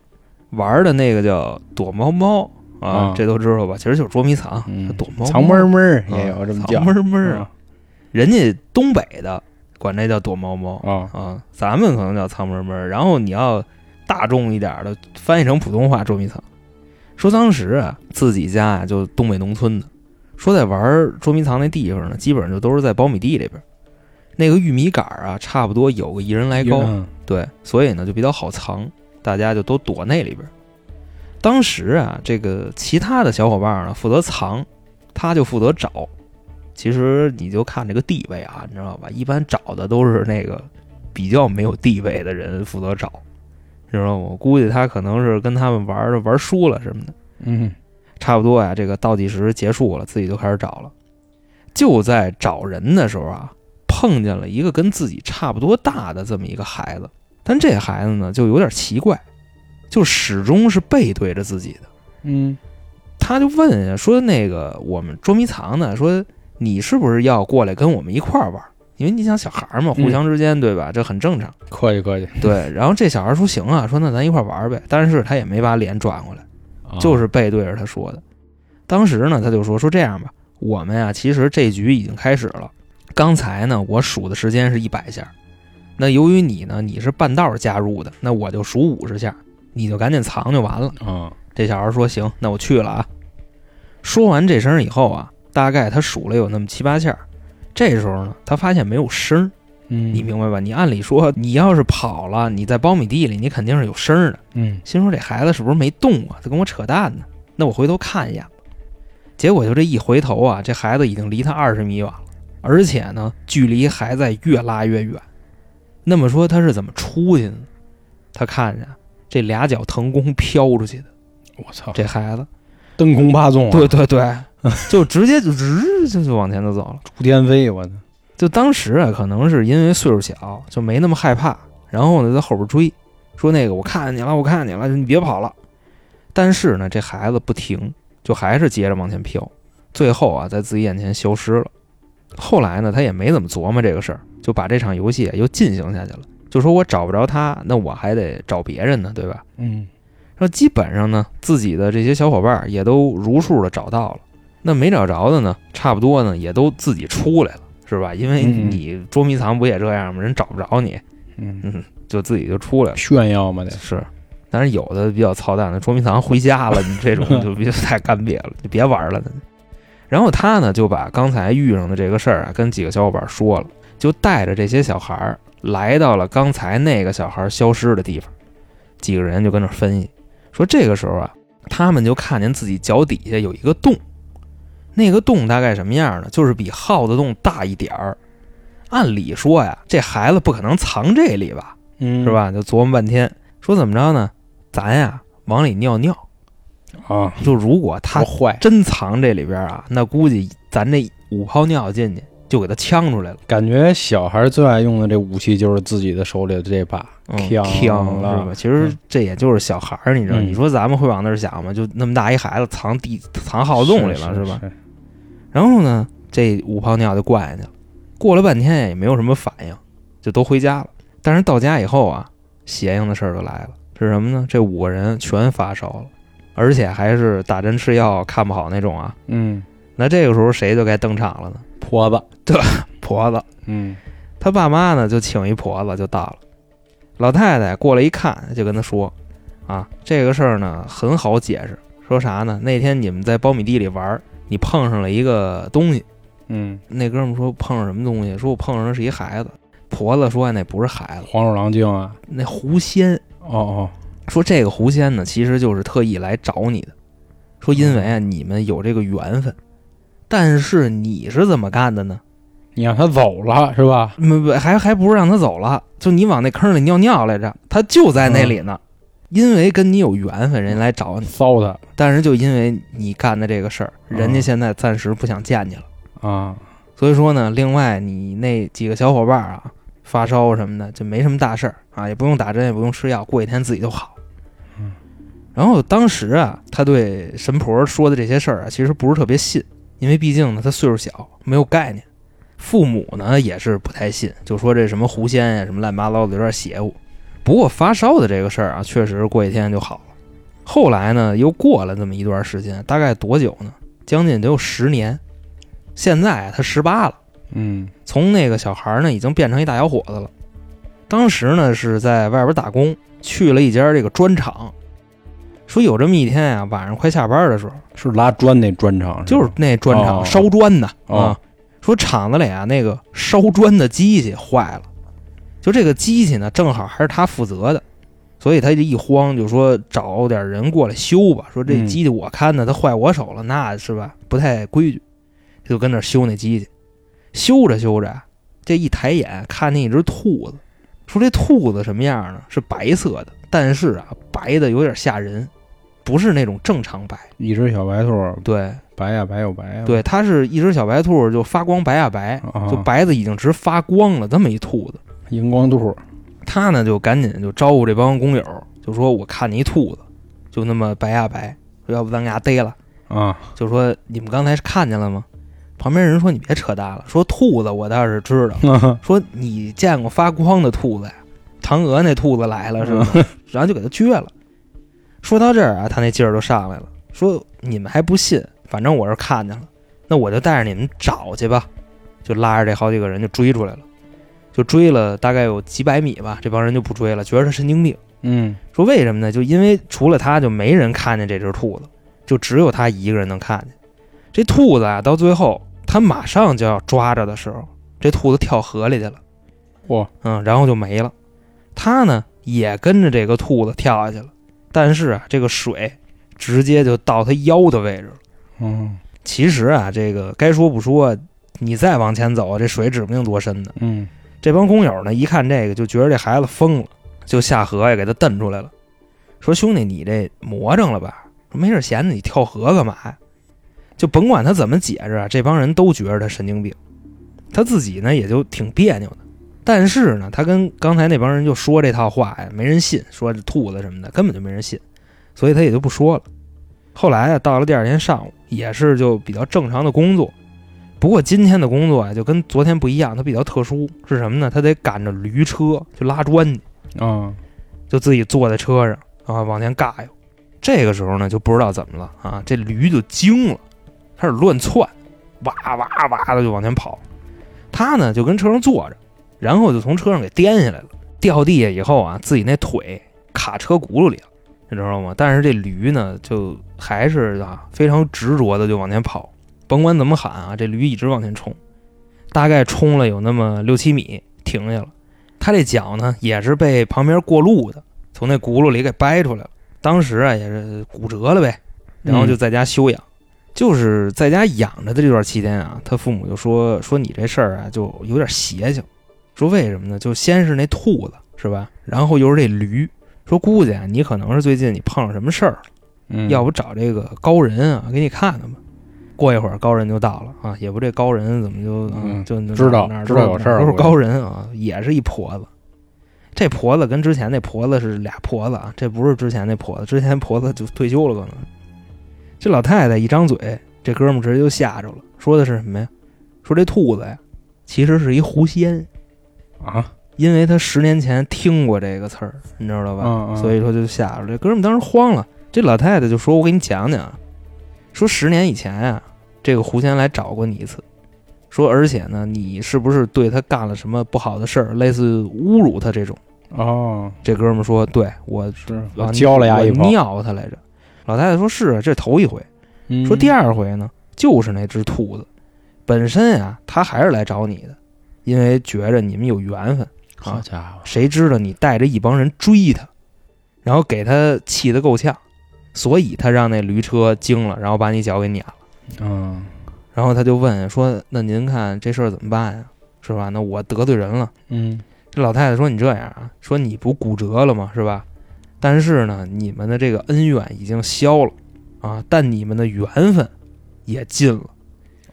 C: 玩儿的那个叫躲猫猫啊，
A: 啊
C: 这都知道吧？其实就是捉迷藏，
A: 嗯
C: 躲猫猫
A: 藏闷闷儿
C: 啊
A: 嗯也有这么叫
C: 藏闷闷儿
A: 啊
C: 啊。人家东北的管这叫躲猫猫
A: 啊，
C: 啊，咱们可能叫藏闷闷儿。然后你要大众一点儿的翻译成普通话捉迷藏，说当时啊自己家啊就东北农村的，说在玩儿捉迷藏那地方呢，基本上就都是在苞米地里边儿，那个玉米杆儿啊差不多有个一人来高，
A: 嗯
C: 对，所以呢就比较好藏，大家就都躲那里边儿。当时啊，这个其他的小伙伴呢负责藏，他就负责找。其实你就看这个地位啊，你知道吧？一般找的都是那个比较没有地位的人负责找，你知道吗？我估计他可能是跟他们玩儿的玩输了什么的。
A: 嗯。
C: 差不多呀、这个倒计时结束了，自己就开始找了。就在找人的时候啊，碰见了一个跟自己差不多大的这么一个孩子，但这孩子呢就有点奇怪，就始终是背对着自己的。
A: 嗯
C: 他就问呀，说那个我们捉迷藏呢，说你是不是要过来跟我们一块儿玩？因为你想小孩儿嘛，
A: 嗯
C: 互相之间、对吧？这很正常。
A: 客气客气，
C: 对，然后这小孩儿说行啊，说那咱一块儿玩儿呗。但是他也没把脸转过来，
A: 啊
C: 就是背对着他说的。当时呢，他就说说这样吧，我们呀，其实这局已经开始了。刚才呢，我数的时间是一百下，那由于你呢，你是半道儿加入的，那我就数五十下，你就赶紧藏就完了。
A: 啊
C: 这小孩说：“行，那我去了啊。”说完这声以后啊，大概他数了有那么七八下。这时候呢，他发现没有声儿，
A: 嗯，
C: 你明白吧？你按理说，你要是跑了，你在苞米地里，你肯定是有声儿的。
A: 嗯
C: 心说这孩子是不是没动啊？在跟我扯淡呢？那我回头看一眼吧。结果就这一回头啊，这孩子已经离他二十米远了，而且呢，距离还在越拉越远。那么说他是怎么出去呢？他看见这俩脚腾空飘出去的，
A: 我操，
C: 这孩子
A: 登空八纵啊，
C: 对对对，就直接就直就就往前就走了。
A: 出天飞，我操，
C: 就当时啊，可能是因为岁数小，就没那么害怕。然后呢，在后边追，说那个我看见你了，我看见你了，你别跑了。但是呢，这孩子不停，就还是接着往前飘，最后啊，在自己眼前消失了。后来呢，他也没怎么琢磨这个事儿，就把这场游戏啊又进行下去了。就说我找不着他，那我还得找别人呢，对吧？
A: 嗯
C: 然后基本上呢，自己的这些小伙伴儿也都如数的找到了。那没找着的呢，差不多呢也都自己出来了，是吧？因为
A: 嗯嗯
C: 你捉迷藏不也这样吗？人找不着你，
A: 嗯，
C: 嗯，就自己就出来了。
A: 炫耀嘛得，
C: 是，但是有的比较操蛋的，捉迷藏回家了，你这种就别太干瘪了，就别玩了。然后他呢就把刚才遇上的这个事儿啊，跟几个小伙伴说了，就带着这些小孩儿来到了刚才那个小孩儿消失的地方。几个人就跟那儿分析，说这个时候啊，他们就看见自己脚底下有一个洞，那个洞大概什么样呢？就是比耗子洞大一点儿。按理说呀，这孩子不可能藏这里吧？
A: 嗯
C: 是？吧？就琢磨半天，说怎么着呢？咱呀往里尿尿，
A: 啊，
C: 就如果他
A: 多坏，
C: 真藏这里边啊，那估计咱这五泡尿进去就给他呛出来了，
A: 感觉小孩最爱用的这武器就是自己的手里的这把，嗯呛
C: 呛
A: 了
C: 是吧？其实这也就是小孩儿，你知道？
A: 嗯
C: 你说咱们会往那儿想吗？就那么大一孩子藏地藏耗子洞里了，
A: 是
C: 吧？？然后呢，这五泡尿就灌下去了，过了半天也没有什么反应，就都回家了。但是到家以后啊，邪性的事儿就来了，是什么呢？这五个人全发烧了，而且还是打针吃药看不好那种啊。
A: 嗯，
C: 那这个时候谁就该登场了呢？
A: 婆子，
C: 婆子，
A: 嗯
C: 他爸妈呢就请一婆子就到了。老太太过来一看，就跟他说：“啊，这个事儿呢很好解释，说啥呢？那天你们在苞米地里玩儿，你碰上了一个东西。”
A: 嗯，
C: 那哥们说碰上什么东西，说我碰上的是一孩子。婆子说那不是孩子，
A: 黄鼠狼精啊，
C: 那狐仙。
A: 哦
C: 说这个狐仙呢，其实就是特意来找你的，说因为啊你们有这个缘分，但是你是怎么干的呢？
A: 哦，你让他走了是吧？
C: 没不还还不是让他走了，就你往那坑里尿尿来着，他就在那里呢。因为跟你有缘分，人家来找你，
A: 骚他
C: 但是就因为你干的这个事儿，人家现在暂时不想见你了。
A: 啊，
C: 所以说呢，另外你那几个小伙伴儿啊，发烧什么的，就没什么大事儿啊，也不用打针，也不用吃药，过几天自己就好。
A: 嗯。
C: 然后当时啊，他对神婆说的这些事儿啊，其实不是特别信，因为毕竟呢，他岁数小，没有概念。父母呢也是不太信，就说这什么狐仙呀、什么乱七八糟的，有点邪乎。不过发烧的这个事儿啊，确实过几天就好了。后来呢，又过了这么一段时间，大概多久呢？将近得有十年。现在啊他十八了，
A: 嗯
C: 从那个小孩儿呢，已经变成一大小伙子了。当时呢是在外边打工，去了一家这个砖厂。说有这么一天啊，晚上快下班的时候，
A: 是拉砖那砖厂，
C: 就是
A: 吧
C: 那砖厂、
A: 哦
C: 烧砖的
A: 哦
C: 啊，说厂子里啊那个烧砖的机器坏了，就这个机器呢正好还是他负责的，所以他这一慌就说找点人过来修吧，说这
A: 嗯
C: 机器我看的，它坏我手了，那是吧不太规矩，就跟那儿修那机器，修着修着啊，这一抬眼看见一只兔子，说这兔子什么样呢？是白色的，但是啊白的有点吓人，不是那种正常白，
A: 一只小白兔，
C: 对
A: 白呀白又白呀，
C: 对，它是一只小白兔，就发光白呀白，
A: 啊，
C: 就白的已经直发光了，这么一兔子。
A: 荧光兔，
C: 他呢就赶紧就招呼这帮工友，就说我看你一兔子，就那么白呀啊白，说要不咱给它逮了。
A: 啊，
C: 就说你们刚才看见了吗？旁边人说你别扯淡了，说兔子我倒是知道，
A: 嗯
C: 说你见过发光的兔子呀？嫦娥那兔子来了是吧？ 然后就给他撅了。说到这儿啊，他那劲儿就上来了，说你们还不信，反正我是看见了，那我就带着你们找去吧。就拉着这好几个人就追出来了，就追了大概有几百米吧，这帮人就不追了，觉得他神经病。
A: 嗯
C: 说为什么呢？就因为除了他，就没人看见这只兔子，就只有他一个人能看见。这兔子啊，到最后他马上就要抓着的时候，这兔子跳河里去了，
A: 嚯，
C: 嗯，然后就没了。他呢也跟着这个兔子跳下去了，但是啊，这个水直接就到他腰的位置了。
A: 嗯
C: 其实啊，这个该说不说，你再往前走，啊这水指不定多深呢。
A: 嗯，
C: 这帮工友呢，一看这个就觉得这孩子疯了，就下河呀给他蹬出来了，说兄弟你这魔怔了吧？说没事闲的你跳河干嘛呀？就甭管他怎么解释啊，这帮人都觉得他神经病，他自己呢也就挺别扭的。但是呢，他跟刚才那帮人就说这套话呀，没人信，说这兔子什么的根本就没人信，所以他也就不说了。后来啊，到了第二天上午，也是就比较正常的工作，不过今天的工作啊，就跟昨天不一样，它比较特殊，是什么呢？他得赶着驴车去拉砖去，
A: 啊，
C: 就自己坐在车上啊往前尬悠。这个时候呢，就不知道怎么了啊，这驴就惊了，开始乱窜，哇哇哇的就往前跑。他呢就跟车上坐着，然后就从车上给颠下来了，掉地下以后啊，自己那腿卡车轱辘里了，你知道吗？但是这驴呢，就还是啊非常执着的就往前跑，甭管怎么喊啊，这驴一直往前冲，大概冲了有那么六七米，停下了。他这脚呢也是被旁边过路的从那轱辘里给掰出来了，当时啊也是骨折了呗，然后就在家休养。就是在家养着的这段期间啊，他父母就说说你这事儿啊就有点邪性，说为什么呢？就先是那兔子是吧，然后又是这驴，说估计啊你可能是最近你碰上什么事儿了啊
A: 嗯
C: 要不找这个高人啊，给你看看吧。过一会儿高人就到了啊，也不这高人怎么就、啊
A: 嗯
C: 就就
A: 知道
C: 哪儿
A: 知道有事儿
C: 都是
A: 我
C: 高人啊，也是一婆子。这婆子跟之前那婆子是俩婆子啊，这不是之前那婆子，之前婆子就退休了可能。这老太太一张嘴，这哥们儿直接就吓着了，说的是什么呀？说这兔子呀，其实是一狐仙，
A: 啊，
C: 因为他十年前听过这个词儿，你知道吧？
A: 嗯嗯
C: 所以说就吓着了。这哥们当时慌了，这老太太就说：“我给你讲讲啊，说十年以前啊，这个狐仙来找过你一次，说而且呢，你是不是对他干了什么不好的事儿，类似侮辱他这种
A: 哦，？”
C: 这哥们说：“对我，
A: 是
C: 啊
A: 我教了呀一
C: 我
A: 口，
C: 尿他来着。”老太太说：“是啊，这是头一回。
A: 嗯
C: 说第，二回呢，就是那只兔子，本身呀、他还是来找你的，因为觉着你们有缘分。”
A: 好家伙，
C: 谁知道你带着一帮人追他，然后给他气得够呛，所以他让那驴车惊了，然后把你脚给碾了。
A: 嗯
C: 然后他就问说：“那您看这事儿怎么办呀？是吧？那我得罪人了。
A: 嗯”
C: 这老太太说：“你这样啊，说你不骨折了吗？是吧？但是呢，你们的这个恩怨已经消了啊，但你们的缘分也尽了，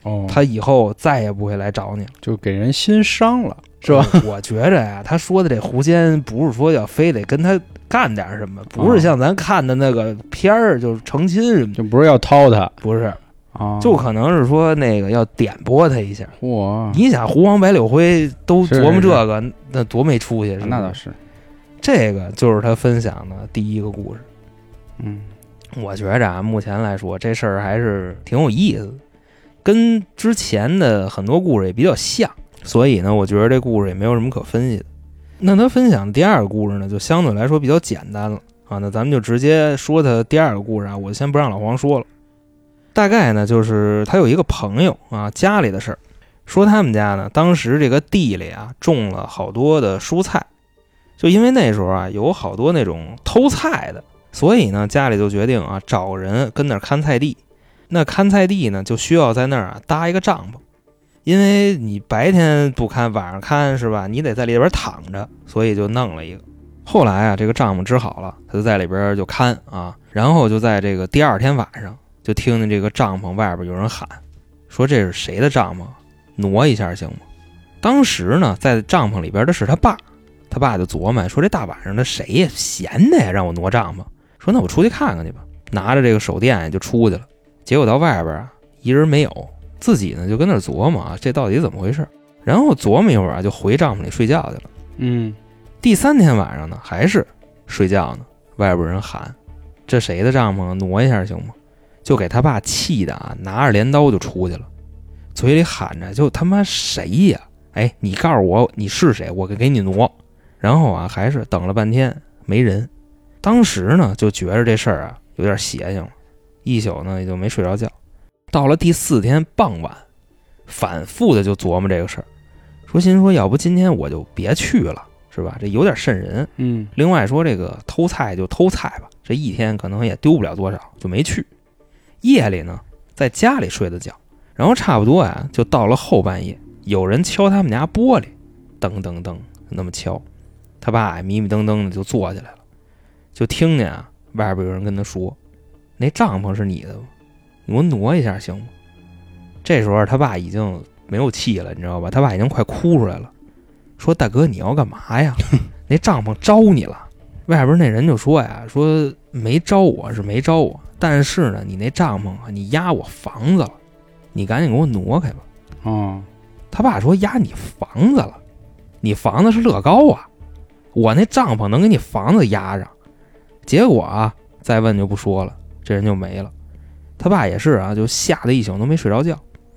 A: 哦，
C: 他以后再也不会来找你了。”
A: 就给人心伤了，是吧？
C: 嗯？我觉着呀、他说的这狐仙不是说要非得跟他干点什么，不是像咱看的那个片儿，就是成亲什么
A: 啊嗯
C: 的，
A: 就不是要掏他
C: 不是，
A: 啊，
C: 就可能是说那个要点拨他一下。
A: 嚯，
C: 你想狐黄白柳灰都
A: 啊是
C: 琢磨
A: 是
C: 这个，那多没出息！
A: 那倒
C: 是
A: 是，
C: 不是，这个就是他分享的第一个故事。
A: 嗯
C: 我觉着啊，目前来说这事儿还是挺有意思的，跟之前的很多故事也比较像，所以呢，我觉得这故事也没有什么可分析的。那他分享的第二个故事呢，就相对来说比较简单了啊。那咱们就直接说他第二个故事啊，我先不让老黄说了。大概呢，就是他有一个朋友啊，家里的事儿，说他们家呢，当时这个地里啊种了好多的蔬菜，就因为那时候啊有好多那种偷菜的，所以呢，家里就决定啊，找人跟那儿看菜地。那看菜地呢，就需要在那儿啊搭一个帐篷，因为你白天不看，晚上看是吧？你得在里边躺着，所以就弄了一个。后来啊，这个账目支好了，他就在里边就看啊，然后就在这个第二天晚上，就听见这个帐篷外边有人喊，说这是谁的帐篷？挪一下行吗？当时呢，在帐篷里边的是他爸，他爸就琢磨说这大晚上的谁呀闲的呀，让我挪帐篷，说那我出去看看去吧，拿着这个手电就出去了。结果到外边啊，一人没有，自己呢就跟那儿琢磨啊，这到底怎么回事？然后琢磨一会儿啊，就回帐篷里睡觉去了。
A: 嗯，
C: 第三天晚上呢，还是睡觉呢，外边有人喊：“这谁的帐篷？啊挪一下行吗？”就给他爸气的啊，拿着镰刀就出去了，嘴里喊着：“就他妈谁呀？哎，你告诉我你是谁，我给你挪。”然后啊，还是等了半天没人。当时呢，就觉着这事儿啊有点邪性了，一宿呢也就没睡着觉。到了第四天傍晚，反复的就琢磨这个事儿，说心说要不今天我就别去了，是吧？这有点瘆人。
A: 嗯，
C: 另外说这个偷菜就偷菜吧，这一天可能也丢不了多少，就没去。夜里呢，在家里睡的觉，然后差不多啊，就到了后半夜，有人敲他们家玻璃，噔噔噔，那么敲。他爸呀迷迷瞪瞪的就坐起来了，就听见啊外边有人跟他说：“那帐篷是你的吗？你给我挪一下行吗？”这时候他爸已经没有气了，你知道吧？他爸已经快哭出来了，说：“大哥，你要干嘛呀？”那帐篷招你了。外边那人就说呀，说没招我是没招我，但是呢，你那帐篷啊，你压我房子了，你赶紧给我挪开吧。
A: 哦，
C: 他爸说压你房子了，你房子是乐高啊，我那帐篷能给你房子压上。结果啊，再问就不说了，这人就没了。他爸也是啊，就吓得一宿都没睡着觉。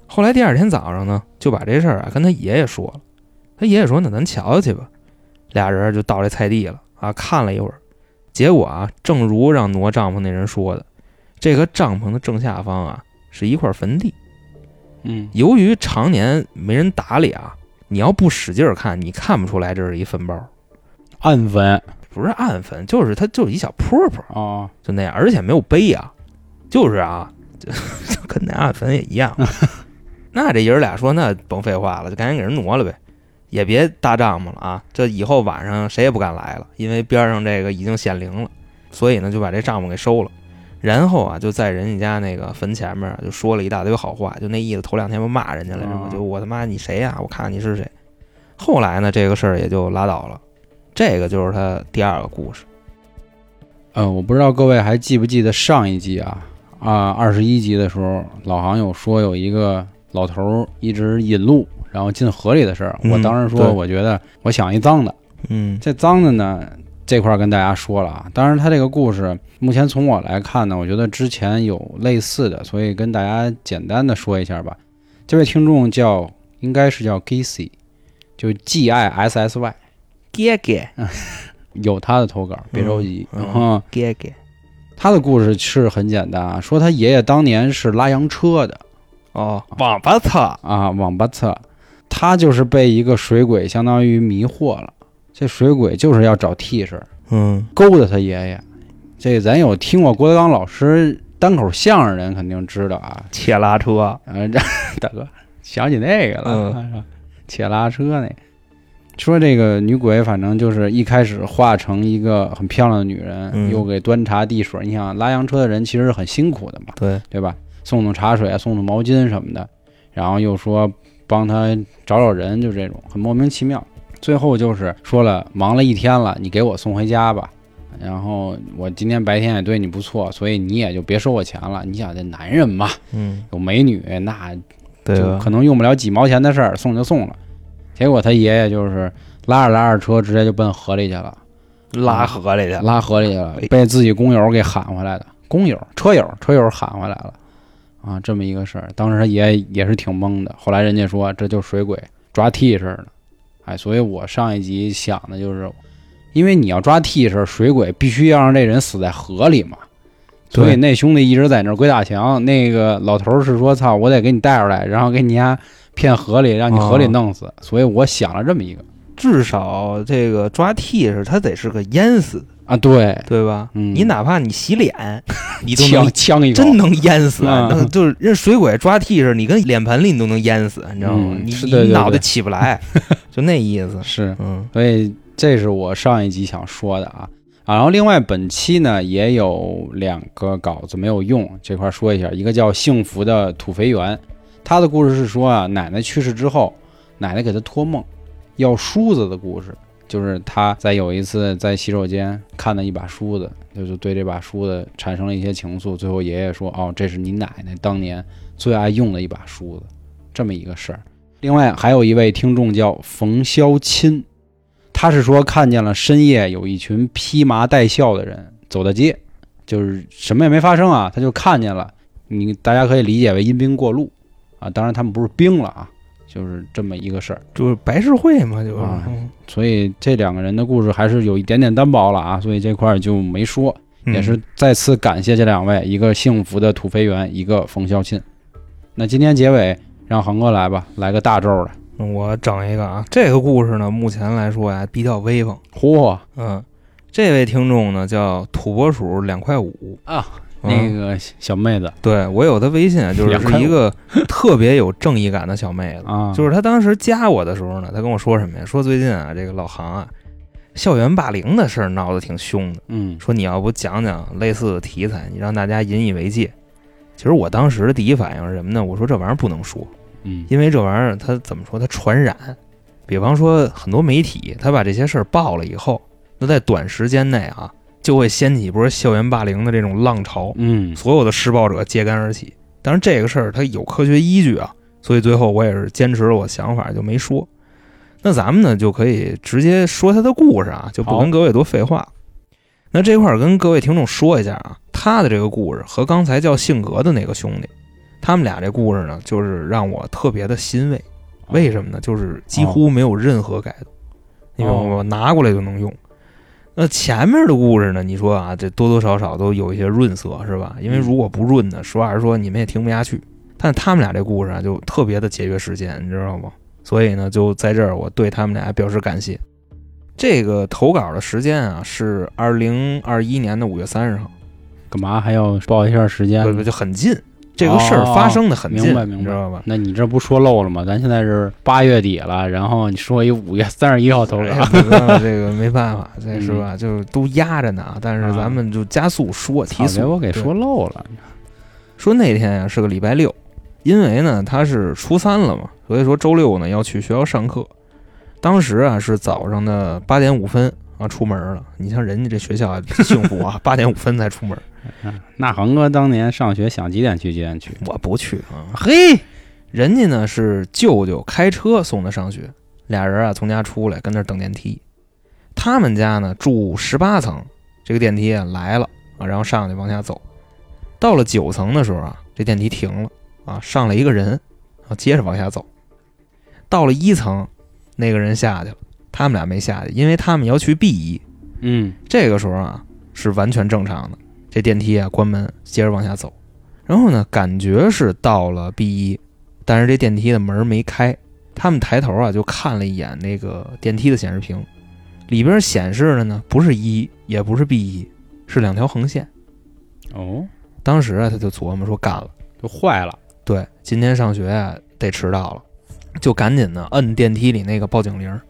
C: 后来第二天早上呢，就把这事儿啊跟他爷爷说了。他爷爷说：“那咱瞧瞧去吧。”俩人就到这菜地了啊，看了一会儿，结果啊，正如让挪帐篷那人说的，这个帐篷的正下方啊是一块坟地。
A: 嗯，
C: 由于常年没人打理啊，你要不使劲儿看，你看不出来这是一坟包，
A: 暗坟
C: 不是暗坟，就是它就是一小坡坡，
A: 哦，
C: 就那样，而且没有碑啊，就是啊，就 就跟那暗坟也一样。啊那这爷儿俩说，那甭废话了，就赶紧给人挪了呗，也别搭帐篷了啊，这以后晚上谁也不敢来了，因为边上这个已经显灵了，所以呢就把这帐篷给收了。然后啊，就在人家家那个坟前面啊就说了一大堆好话，就那意思头两天不骂人家来着吗
A: 哦？
C: 就我他妈你谁呀、我看你是谁。后来呢，这个事儿也就拉倒了。这个就是他第二个故事。
A: 呃，我不知道各位还记不记得上一集啊啊，二十一集的时候，老行有说有一个老头儿一直引路，然后进河里的事儿。
C: 嗯
A: 我当时
C: 对
A: 说，我觉得我想一脏的，
C: 嗯
A: 这脏的呢这块儿跟大家说了啊。当然，他这个故事目前从我来看呢，我觉得之前有类似的，所以跟大家简单的说一下吧。这位听众叫应该是叫 Gissy，就 G I S S Y，
C: 哥哥，
A: 有他的投稿，别着急。
C: 嗯嗯
A: 然后
C: 哥哥。
A: 他的故事是很简单啊，说他爷爷当年是拉洋车的
C: 哦，王八操！
A: 啊，网吧侧，他就是被一个水鬼相当于迷惑了，这水鬼就是要找替身，
C: 嗯
A: 勾搭他爷爷。这咱有听过郭德纲老师单口相声的人肯定知道啊，
C: 切拉车，
A: 呃，这大哥 想起那个了，
C: 嗯
A: 且拉车那个。说这个女鬼，反正就是一开始化成一个很漂亮的女人，
C: 嗯
A: 又给端茶递水。你想拉洋车的人其实是很辛苦的嘛，
C: 对，
A: 对吧？送送茶水啊，送送毛巾什么的，然后又说帮他找找人，就这种很莫名其妙。最后就是说了，忙了一天了，你给我送回家吧。然后我今天白天也对你不错，所以你也就别收我钱了。你想这男人嘛，
C: 嗯，
A: 有美女那
C: 对啊
A: 就可能用不了几毛钱的事儿，送就送了。结果他爷爷就是拉着拉着车，直接就奔河里去了，
C: 拉河里去了，
A: 拉河里去了
C: 哎，
A: 被自己工友给喊回来的，工友、车友、车友喊回来了，啊，这么一个事儿。当时他爷爷也是挺懵的，后来人家说这就是水鬼抓替身的，哎，所以我上一集想的就是，因为你要抓替身，水鬼必须要让这人死在河里嘛。所以
C: 对
A: 那兄弟一直在那儿鬼打墙，那个老头儿是说：“操，我得给你带出来，然后给你家骗河里，让你河里
C: 哦
A: 弄死。所以我想了这么一个
C: 至少这个抓替是，他得是个淹死的，
A: 啊，对，
C: 对吧？
A: 嗯
C: 你哪怕你 洗脸，你都
A: 呛
C: 能
A: 呛一口，
C: 真能淹死，
A: 嗯
C: 那就是人水鬼抓替是，你跟脸盆里你都能淹死，你知道吗？
A: 嗯
C: 你
A: 是对对
C: 你脑袋
A: 对
C: 起不来，就那意思。
A: 是。
C: 嗯
A: 所以这是我上一集想说的啊啊。然后另外本期呢也有两个稿子没有用，这块儿说一下，一个叫《幸福的土肥圆》，他的故事是说啊，奶奶去世之后，奶奶给他托梦要梳子的故事，就是他在有一次在洗手间看到一把梳子，就是对这把梳子产生了一些情愫，最后爷爷说，哦，这是你奶奶当年最爱用的一把梳子，这么一个事儿。另外还有一位听众叫冯潇钦，他是说看见了深夜有一群披麻戴孝的人走大街，就是什么也没发生啊，他就看见了。你大家可以理解为阴兵过路啊，当然他们不是兵了啊，就是这么一个事儿。
C: 就是白事会嘛，就是、嗯
A: 啊所以这两个人的故事还是有一点点单薄了啊，所以这块儿就没说。
C: 嗯
A: 也是再次感谢这两位，一个幸福的土肥圆，一个冯潇钦。那今天结尾让恒哥来吧，来个大咒的。
C: 我整一个啊，这个故事呢，目前来说呀比较威风。
A: 嚯
C: 嗯，这位听众呢叫土拨鼠两块五，
A: 啊！那
C: 嗯
A: 个小妹子
C: 对我有她微信啊，就是
A: 两块
C: 是
A: 五
C: 一个特别有正义感的小妹子。
A: 啊，
C: 就是她当时加我的时候呢，她跟我说什么呀？说最近啊，这个老杭啊，校园霸凌的事儿闹得挺凶的。
A: 嗯
C: 说你要不讲讲类似的题材，你让大家引以为戒。其实我当时的第一反应是什么呢？我说这玩意儿不能说，
A: 嗯
C: 因为这玩意儿它怎么说？它传染。比方说很多媒体，他把这些事儿爆了以后，那在短时间内啊，就会掀起一波校园霸凌的这种浪潮，
A: 嗯
C: 所有的施暴者揭竿而起。当然这个事儿它有科学依据啊，所以最后我也是坚持了我想法，就没说。那咱们呢就可以直接说他的故事啊，就不
A: 好
C: 跟各位多废话。那这块儿跟各位听众说一下啊，他的这个故事和刚才叫性格的那个兄弟，他们俩这故事呢，就是让我特别的欣慰。
A: 哦
C: 为什么呢？就是几乎没有任何改动，因为我拿过来就能用。那前面的故事呢？你说啊，这多多少少都有一些润色，是吧？因为
A: 嗯
C: 如果不润呢，实话实说，你们也听不下去。但是他们俩这故事啊，就特别的节约时间，你知道吗？所以呢，就在这儿，我对他们俩表示感谢。这个投稿的时间啊，是二零二一年的五月三十号，
A: 干嘛还要报一下时间？
C: 不不就很近，这个事儿发生的很
A: 嗯
C: 近，
A: 哦明白明白
C: 你知道吧？
A: 那你这不说漏了吗？咱现在是八月底了，然后你说一五月三十一号投
C: 哎
A: 稿
C: 呀，不知道这个没办法，这是
A: 嗯
C: 吧？就都压着呢啊，但是咱们就加速说，
A: 操
C: 提
A: 给
C: 速。
A: 我给
C: 对
A: 说漏了。
C: 说那天呀、是个礼拜六，因为呢他是初三了嘛，所以说周六呢要去学校上课。当时啊是早上的八点五分啊出门了，你像人家这学校啊 幸福啊，八点五分才出门，
A: 嗯那恒哥当年上学想几点去几点去？
C: 我不去啊，嘿，人家呢是舅舅开车送他上学，俩人啊从家出来跟那儿等电梯，他们家呢住十八层，这个电梯啊来了啊，然后上去往下走，到了九层的时候啊，这电梯停了啊，上来一个人，啊接着往下走，到了一层，那个人下去了，他们俩没下去，因为他们要去 B 一，
A: 嗯
C: 这个时候啊是完全正常的。这电梯啊关门，接着往下走。然后呢，感觉是到了 B 一，但是这电梯的门没开。他们抬头啊就看了一眼那个电梯的显示屏，里边显示的呢不是一，也不是 B 一，是两条横线。
A: 哦，
C: 当时啊他就琢磨说干了，
A: 就坏了。
C: 对，今天上学啊得迟到了，就赶紧呢摁电梯里那个报警铃儿。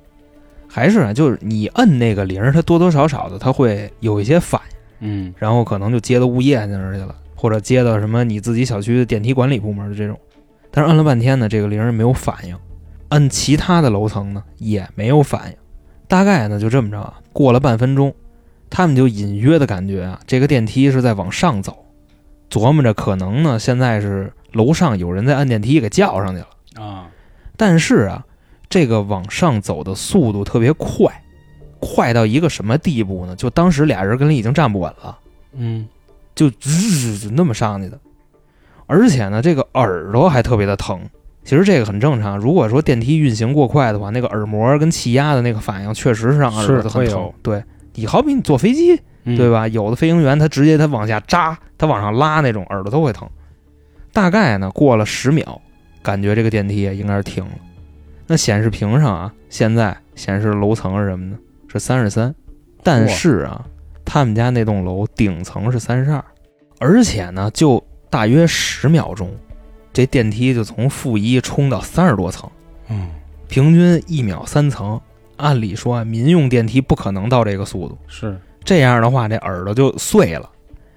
C: 还是啊，就是你摁那个铃儿，它多多少少的它会有一些反应
A: 嗯
C: 然后可能就接到物业那儿去了，或者接到什么你自己小区的电梯管理部门的这种。但是摁了半天呢，这个铃儿没有反应，摁啊其他的楼层呢也没有反应。大概呢就这么着啊，过了半分钟，他们就隐约的感觉啊，这个电梯是在往上走，琢磨着可能呢现在是楼上有人在按电梯给叫上去了。
A: 啊，
C: 但是啊，这个往上走的速度特别快，快到一个什么地步呢？就当时俩人跟里已经站不稳了。
A: 嗯
C: 就滋就那么上去的，而且呢，这个耳朵还特别的疼。其实这个很正常，如果说电梯运行过快的话，那个耳膜跟气压的那个反应确实是让耳朵
A: 是
C: 很
A: 会
C: 疼
A: 有。
C: 对你好比你坐飞机，对
A: 吧？
C: 吧？有的飞行员他直接他往下扎，他往上拉那种耳朵都会疼。大概呢过了十秒，感觉这个电梯应该是停了。那显示屏上啊，现在显示楼层是什么呢？是三十三，但是啊，他们家那栋楼顶层是三十二，而且呢，就大约十秒钟，这电梯就从负一冲到三十多层，
A: 嗯
C: 平均一秒三层，按理说啊，民用电梯不可能到这个速度，
A: 是
C: 这样的话这耳朵就碎了。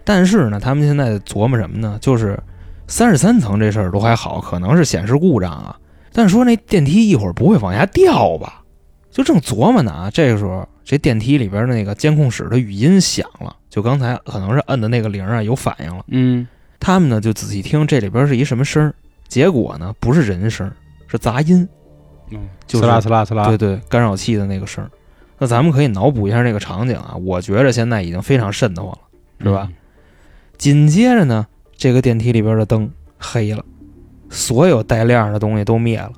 C: 但是呢，他们现在琢磨什么呢？就是三十三层这事儿都还好，可能是显示故障啊。但说那电梯一会儿不会往下掉吧？就正琢磨呢啊，这个时候这电梯里边的那个监控室的语音响了，就刚才可能是摁的那个铃啊有反应了。
A: 嗯，
C: 他们呢就仔细听这里边是一什么声儿，结果呢不是人声，是杂音。
A: 嗯，
C: 就是
A: 呲啦呲啦呲啦，
C: 对对，干扰器的那个声儿。那咱们可以脑补一下这个场景啊，我觉着现在已经非常瘆得慌了。是吧紧接着呢，这个电梯里边的灯黑了，所有带亮的东西都灭了。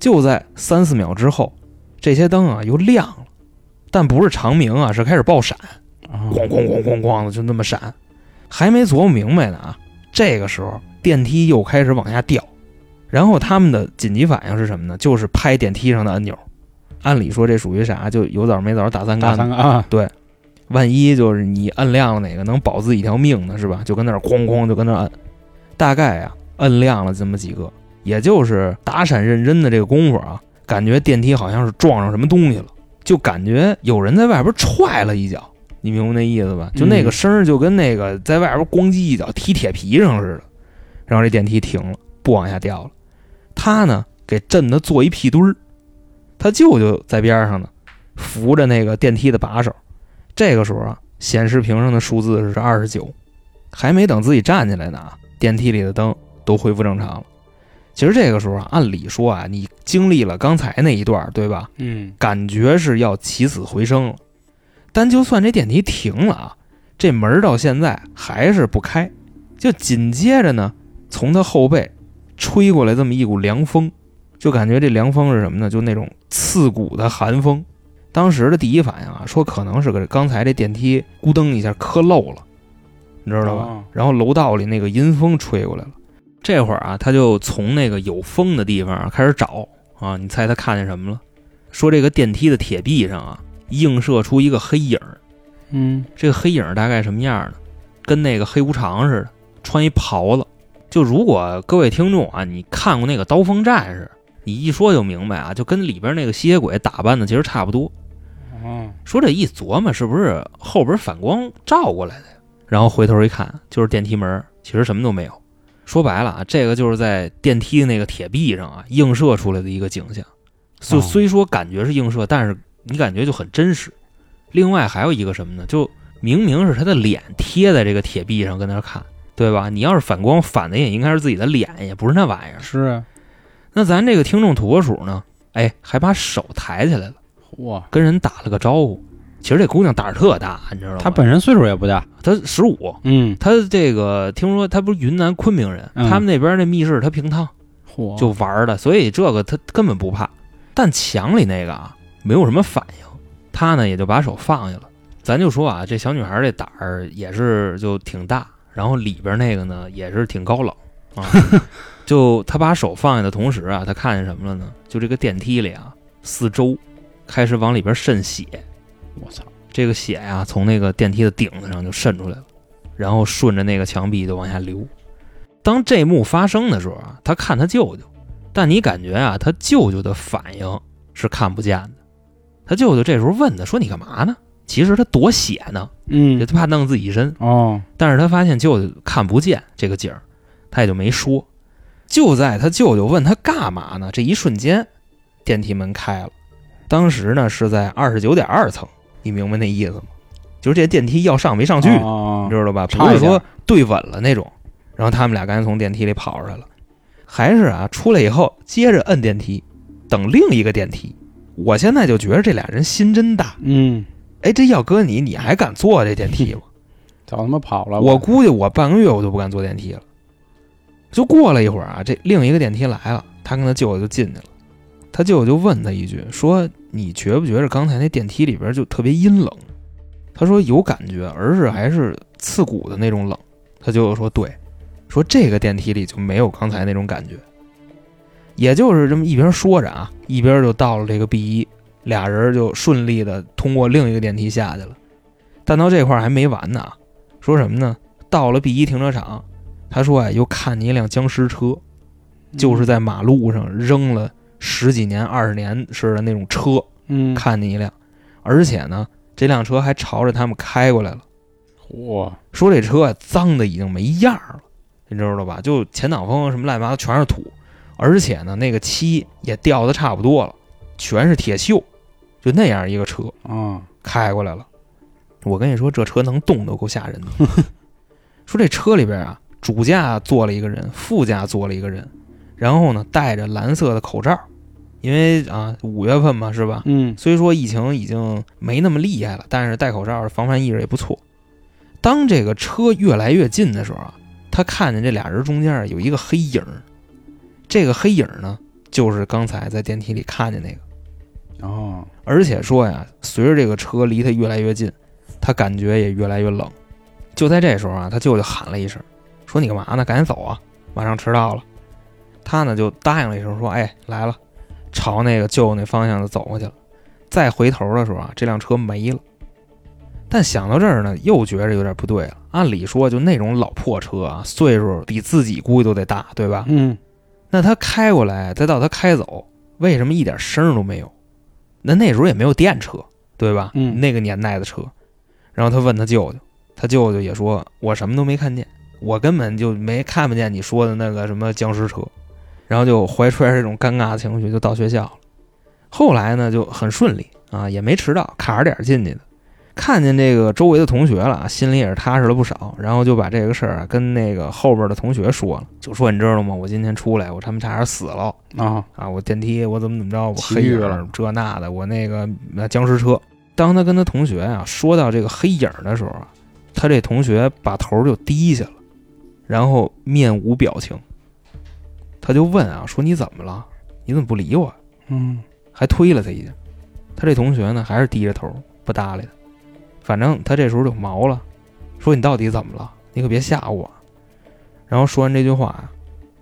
C: 就在三四秒之后，这些灯啊又亮了，但不是长明啊，是开始爆闪，
A: 嗯？
C: 咣咣咣咣咣的就那么闪。还没琢磨明白呢啊，这个时候电梯又开始往下掉，然后他们的紧急反应是什么呢？就是拍电梯上的按钮。按理说这属于啥？就有枣没枣打三
A: 大
C: 竿
A: 三
C: 子
A: 个啊，
C: 万一就是你摁亮了哪个能保自己一条命呢，是吧？就跟那儿哐哐就跟那儿摁，大概啊摁亮了这么几个，也就是打闪认真的这个功夫啊，感觉电梯好像是撞上什么东西了，就感觉有人在外边踹了一脚，你明白那意思吧？就那个声儿就跟那个在外边咣叽一脚踢铁皮上似的，然后这电梯停了，不往下掉了。他呢给震得坐一屁墩儿，他舅舅在边上呢，扶着那个电梯的把手。这个时候啊，显示屏上的数字是二十九，还没等自己站起来呢啊，电梯里的灯都恢复正常了。其实这个时候啊，按理说啊，你经历了刚才那一段，对吧？
A: 嗯，
C: 感觉是要起死回生了。但就算这电梯停了啊，这门儿到现在还是不开。就紧接着呢，从他后背吹过来这么一股凉风，就感觉这凉风是什么呢？就那种刺骨的寒风。当时的第一反应啊，说可能是个刚才这电梯咕噔一下磕漏了，你知道吧？
A: 哦
C: 然后楼道里那个阴风吹过来了。这会儿啊，他就从那个有风的地方啊开始找啊，你猜他看见什么了？说这个电梯的铁壁上啊，映射出一个黑影儿。
A: 嗯，
C: 这个黑影儿大概什么样呢？跟那个黑无常似的，穿一袍子。就如果各位听众啊，你看过那个《刀锋战士》，你一说就明白啊，就跟里边那个吸血鬼打扮的其实差不多。
A: 哦，
C: 说这一琢磨，是不是后边反光照过来的呀？然后回头一看，就是电梯门儿，其实什么都没有。说白了啊，这个就是在电梯的那个铁壁上啊映射出来的一个景象。就
A: 哦
C: 虽说感觉是映射，但是你感觉就很真实。另外还有一个什么呢？就明明是他的脸贴在这个铁壁上跟那儿看，对吧？你要是反光反的也应该是自己的脸，也不是那玩意儿。
A: 是啊，
C: 那咱这个听众土拨鼠呢？哎，还把手抬起来了。
A: 哇，
C: 跟人打了个招呼。其实这姑娘胆儿特大，你知道吗？
A: 他本身岁数也不大，
C: 她十五，
A: 嗯，
C: 她这个听说她不是云南昆明人，
A: 嗯
C: 他们那边那密室她平趟
A: 嚯，
C: 就玩儿的，所以这个她根本不怕。但墙里那个啊，没有什么反应，她呢也就把手放下了。咱就说啊，这小女孩这胆儿也是就挺大，然后里边那个呢也是挺高冷啊。就她把手放下的同时啊，她看见什么了呢？就这个电梯里啊，四周开始往里边渗血，
A: 我操，
C: 这个血呀、从那个电梯的顶子上就渗出来了，然后顺着那个墙壁就往下流。当这幕发生的时候啊，他看他舅舅，但你感觉啊，他舅舅的反应是看不见的。他舅舅这时候问他说：“你干嘛呢？”其实他躲血呢，
A: 嗯
C: 就，怕弄自己身。
A: 哦，
C: 但是他发现舅舅看不见这个景儿，他也就没说。就在他舅舅问他干嘛呢这一瞬间，电梯门开了。当时呢是在二十九点二层，你明白那意思吗？就是这电梯要上没上去，
A: 哦
C: 你知道吧？
A: 差
C: 不是
A: 一点
C: 说对稳了那种。然后他们俩赶紧从电梯里跑出来了，还是啊出来以后接着摁电梯，等另一个电梯。我现在就觉得这俩人心真大，
A: 嗯，
C: 哎，这要搁你，你还敢坐这电梯吗？
A: 早他妈跑了，
C: 我估计我半个月我都不敢坐电梯了。就过了一会儿啊，这另一个电梯来了，他跟他舅舅就进去了。他舅舅就问他一句，说：“你觉不觉着刚才那电梯里边就特别阴冷？”他说：“有感觉，而是还是刺骨的那种冷。”他舅舅说：“对，说这个电梯里就没有刚才那种感觉。”也就是这么一边说着啊，一边就到了这个 B 一，俩人就顺利的通过另一个电梯下去了。但到这块儿还没完呢啊，说什么呢？到了 B 一停车场，他说啊，又看见一辆僵尸车，就是在马路上扔了十几年、二十年似的那种车，
A: 嗯，
C: 看见一辆，而且呢，这辆车还朝着他们开过来了。
A: 哇，
C: 说这车啊，脏的已经没样儿了，你知道吧？就前挡风什么乱七八糟全是土，而且呢，那个漆也掉的差不多了，全是铁锈，就那样一个车
A: 啊，
C: 开过来了。我跟你说，这车能动都够吓人的。 说这车里边啊，主驾坐了一个人，副驾坐了一个人，然后呢，戴着蓝色的口罩，因为啊，五月份嘛，是吧？
A: 嗯
C: 虽说疫情已经没那么厉害了，但是戴口罩防范意识也不错。当这个车越来越近的时候啊，他看见这俩人中间有一个黑影儿，这个黑影儿呢，就是刚才在电梯里看见那个。
A: 哦，
C: 而且说呀，随着这个车离他越来越近，他感觉也越来越冷。就在这时候啊，他舅舅喊了一声，说：“你干嘛呢？赶紧走啊，马上迟到了。”他呢就答应了一声，说：“哎，来了。”朝那个舅舅那方向就走过去了。再回头的时候啊，这辆车没了。但想到这儿呢，又觉着有点不对了。按理说，就那种老破车啊，岁数比自己估计都得大，对吧？
A: 嗯
C: 那他开过来，再到他开走，为什么一点声儿都没有？那那时候也没有电车，对吧？
A: 嗯
C: 那个年代的车。然后他问他舅舅，他舅舅也说：“我什么都没看见，我根本就没看不见你说的那个什么僵尸车。”然后就怀揣着这种尴尬的情绪就到学校了。后来呢，就很顺利啊，也没迟到，卡着点儿进去的。看见这个周围的同学了啊，心里也是踏实了不少。然后就把这个事儿啊跟那个后边的同学说了，就说你知道吗？我今天出来，我他妈差点死了
A: 啊，
C: 啊！我电梯我怎么怎么着，我
A: 奇
C: 黑
A: 遇
C: 影儿
A: 了
C: 这那的，我那个呃僵尸车。当他跟他同学啊说到这个黑影儿的时候啊，他这同学把头儿就低下了，然后面无表情。他就问啊，说你怎么了？你怎么不理我？
A: 嗯
C: 还推了他一下。他这同学呢，还是低着头不搭理他。反正他这时候就毛了，说你到底怎么了？你可别吓唬我。然后说完这句话啊，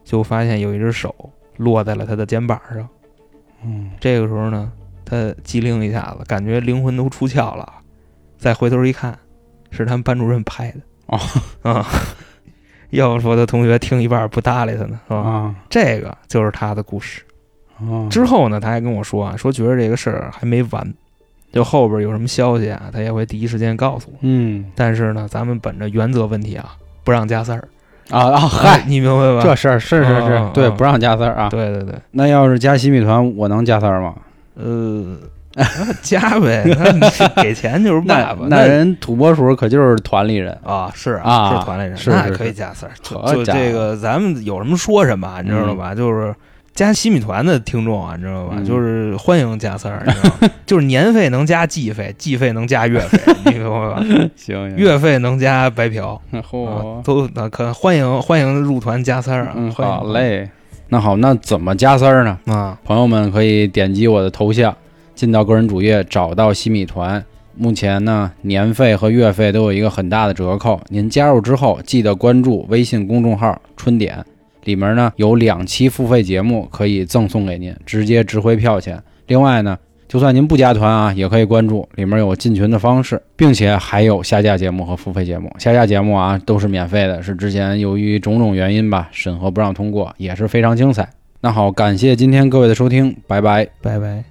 C: 就发现有一只手落在了他的肩膀上。
A: 嗯，
C: 这个时候呢，他机灵一下子，感觉灵魂都出窍了。再回头一看，是他们班主任拍的。
A: 哦，
C: 啊、 要不说他同学听一半不搭理他呢，是吧？
A: 啊
C: 这个就是他的故事。
A: 啊，
C: 之后呢，他还跟我说啊，说觉得这个事儿还没完，就后边有什么消息啊，他也会第一时间告诉我。
A: 嗯
C: 但是呢，咱们本着原则问题啊，不让加塞儿。
A: 啊啊，
C: 哎
A: 嗨，
C: 你明白吧？
A: 这事儿是是
C: 啊啊
A: 嗯是，对，
C: 啊
A: 不让加塞儿啊。
C: 对对对，
A: 那要是加西米团，我能加塞儿吗？
C: 呃，加呗，那给钱就是
A: 那
C: 爸爸。
A: 那人土拨鼠可就是团里人，
C: 啊，是
A: 啊
C: 是团里人，
A: 是
C: 那
A: 是
C: 可以加塞儿。就
A: 好
C: 就
A: 家伙
C: 这个，咱们有什么说什么啊，你知道吧？就是。加西米团的听众啊，你知道吧？
A: 嗯
C: 就是欢迎加塞儿，你知道吗？ 就是年费能加季费，季费能加月费，你明白吧？
A: 行嗯
C: 月费能加白嫖，啊
A: 嚯，
C: 都那可欢迎欢迎入团加三儿啊，
A: 嗯，
C: 欢迎
A: 好嘞。那好，那怎么加塞儿呢？
C: 啊，
A: 朋友们可以点击我的头像，进到个人主页，找到西米团。目前呢，年费和月费都有一个很大的折扣。您加入之后，记得关注微信公众号“春点”，里面呢有两期付费节目可以赠送给您，直接值回票钱。另外呢，就算您不加团啊，也可以关注，里面有进群的方式，并且还有下架节目和付费节目。下架节目啊都是免费的，是之前由于种种原因吧，审核不让通过，也是非常精彩。那好，感谢今天各位的收听，拜拜。
C: 拜拜。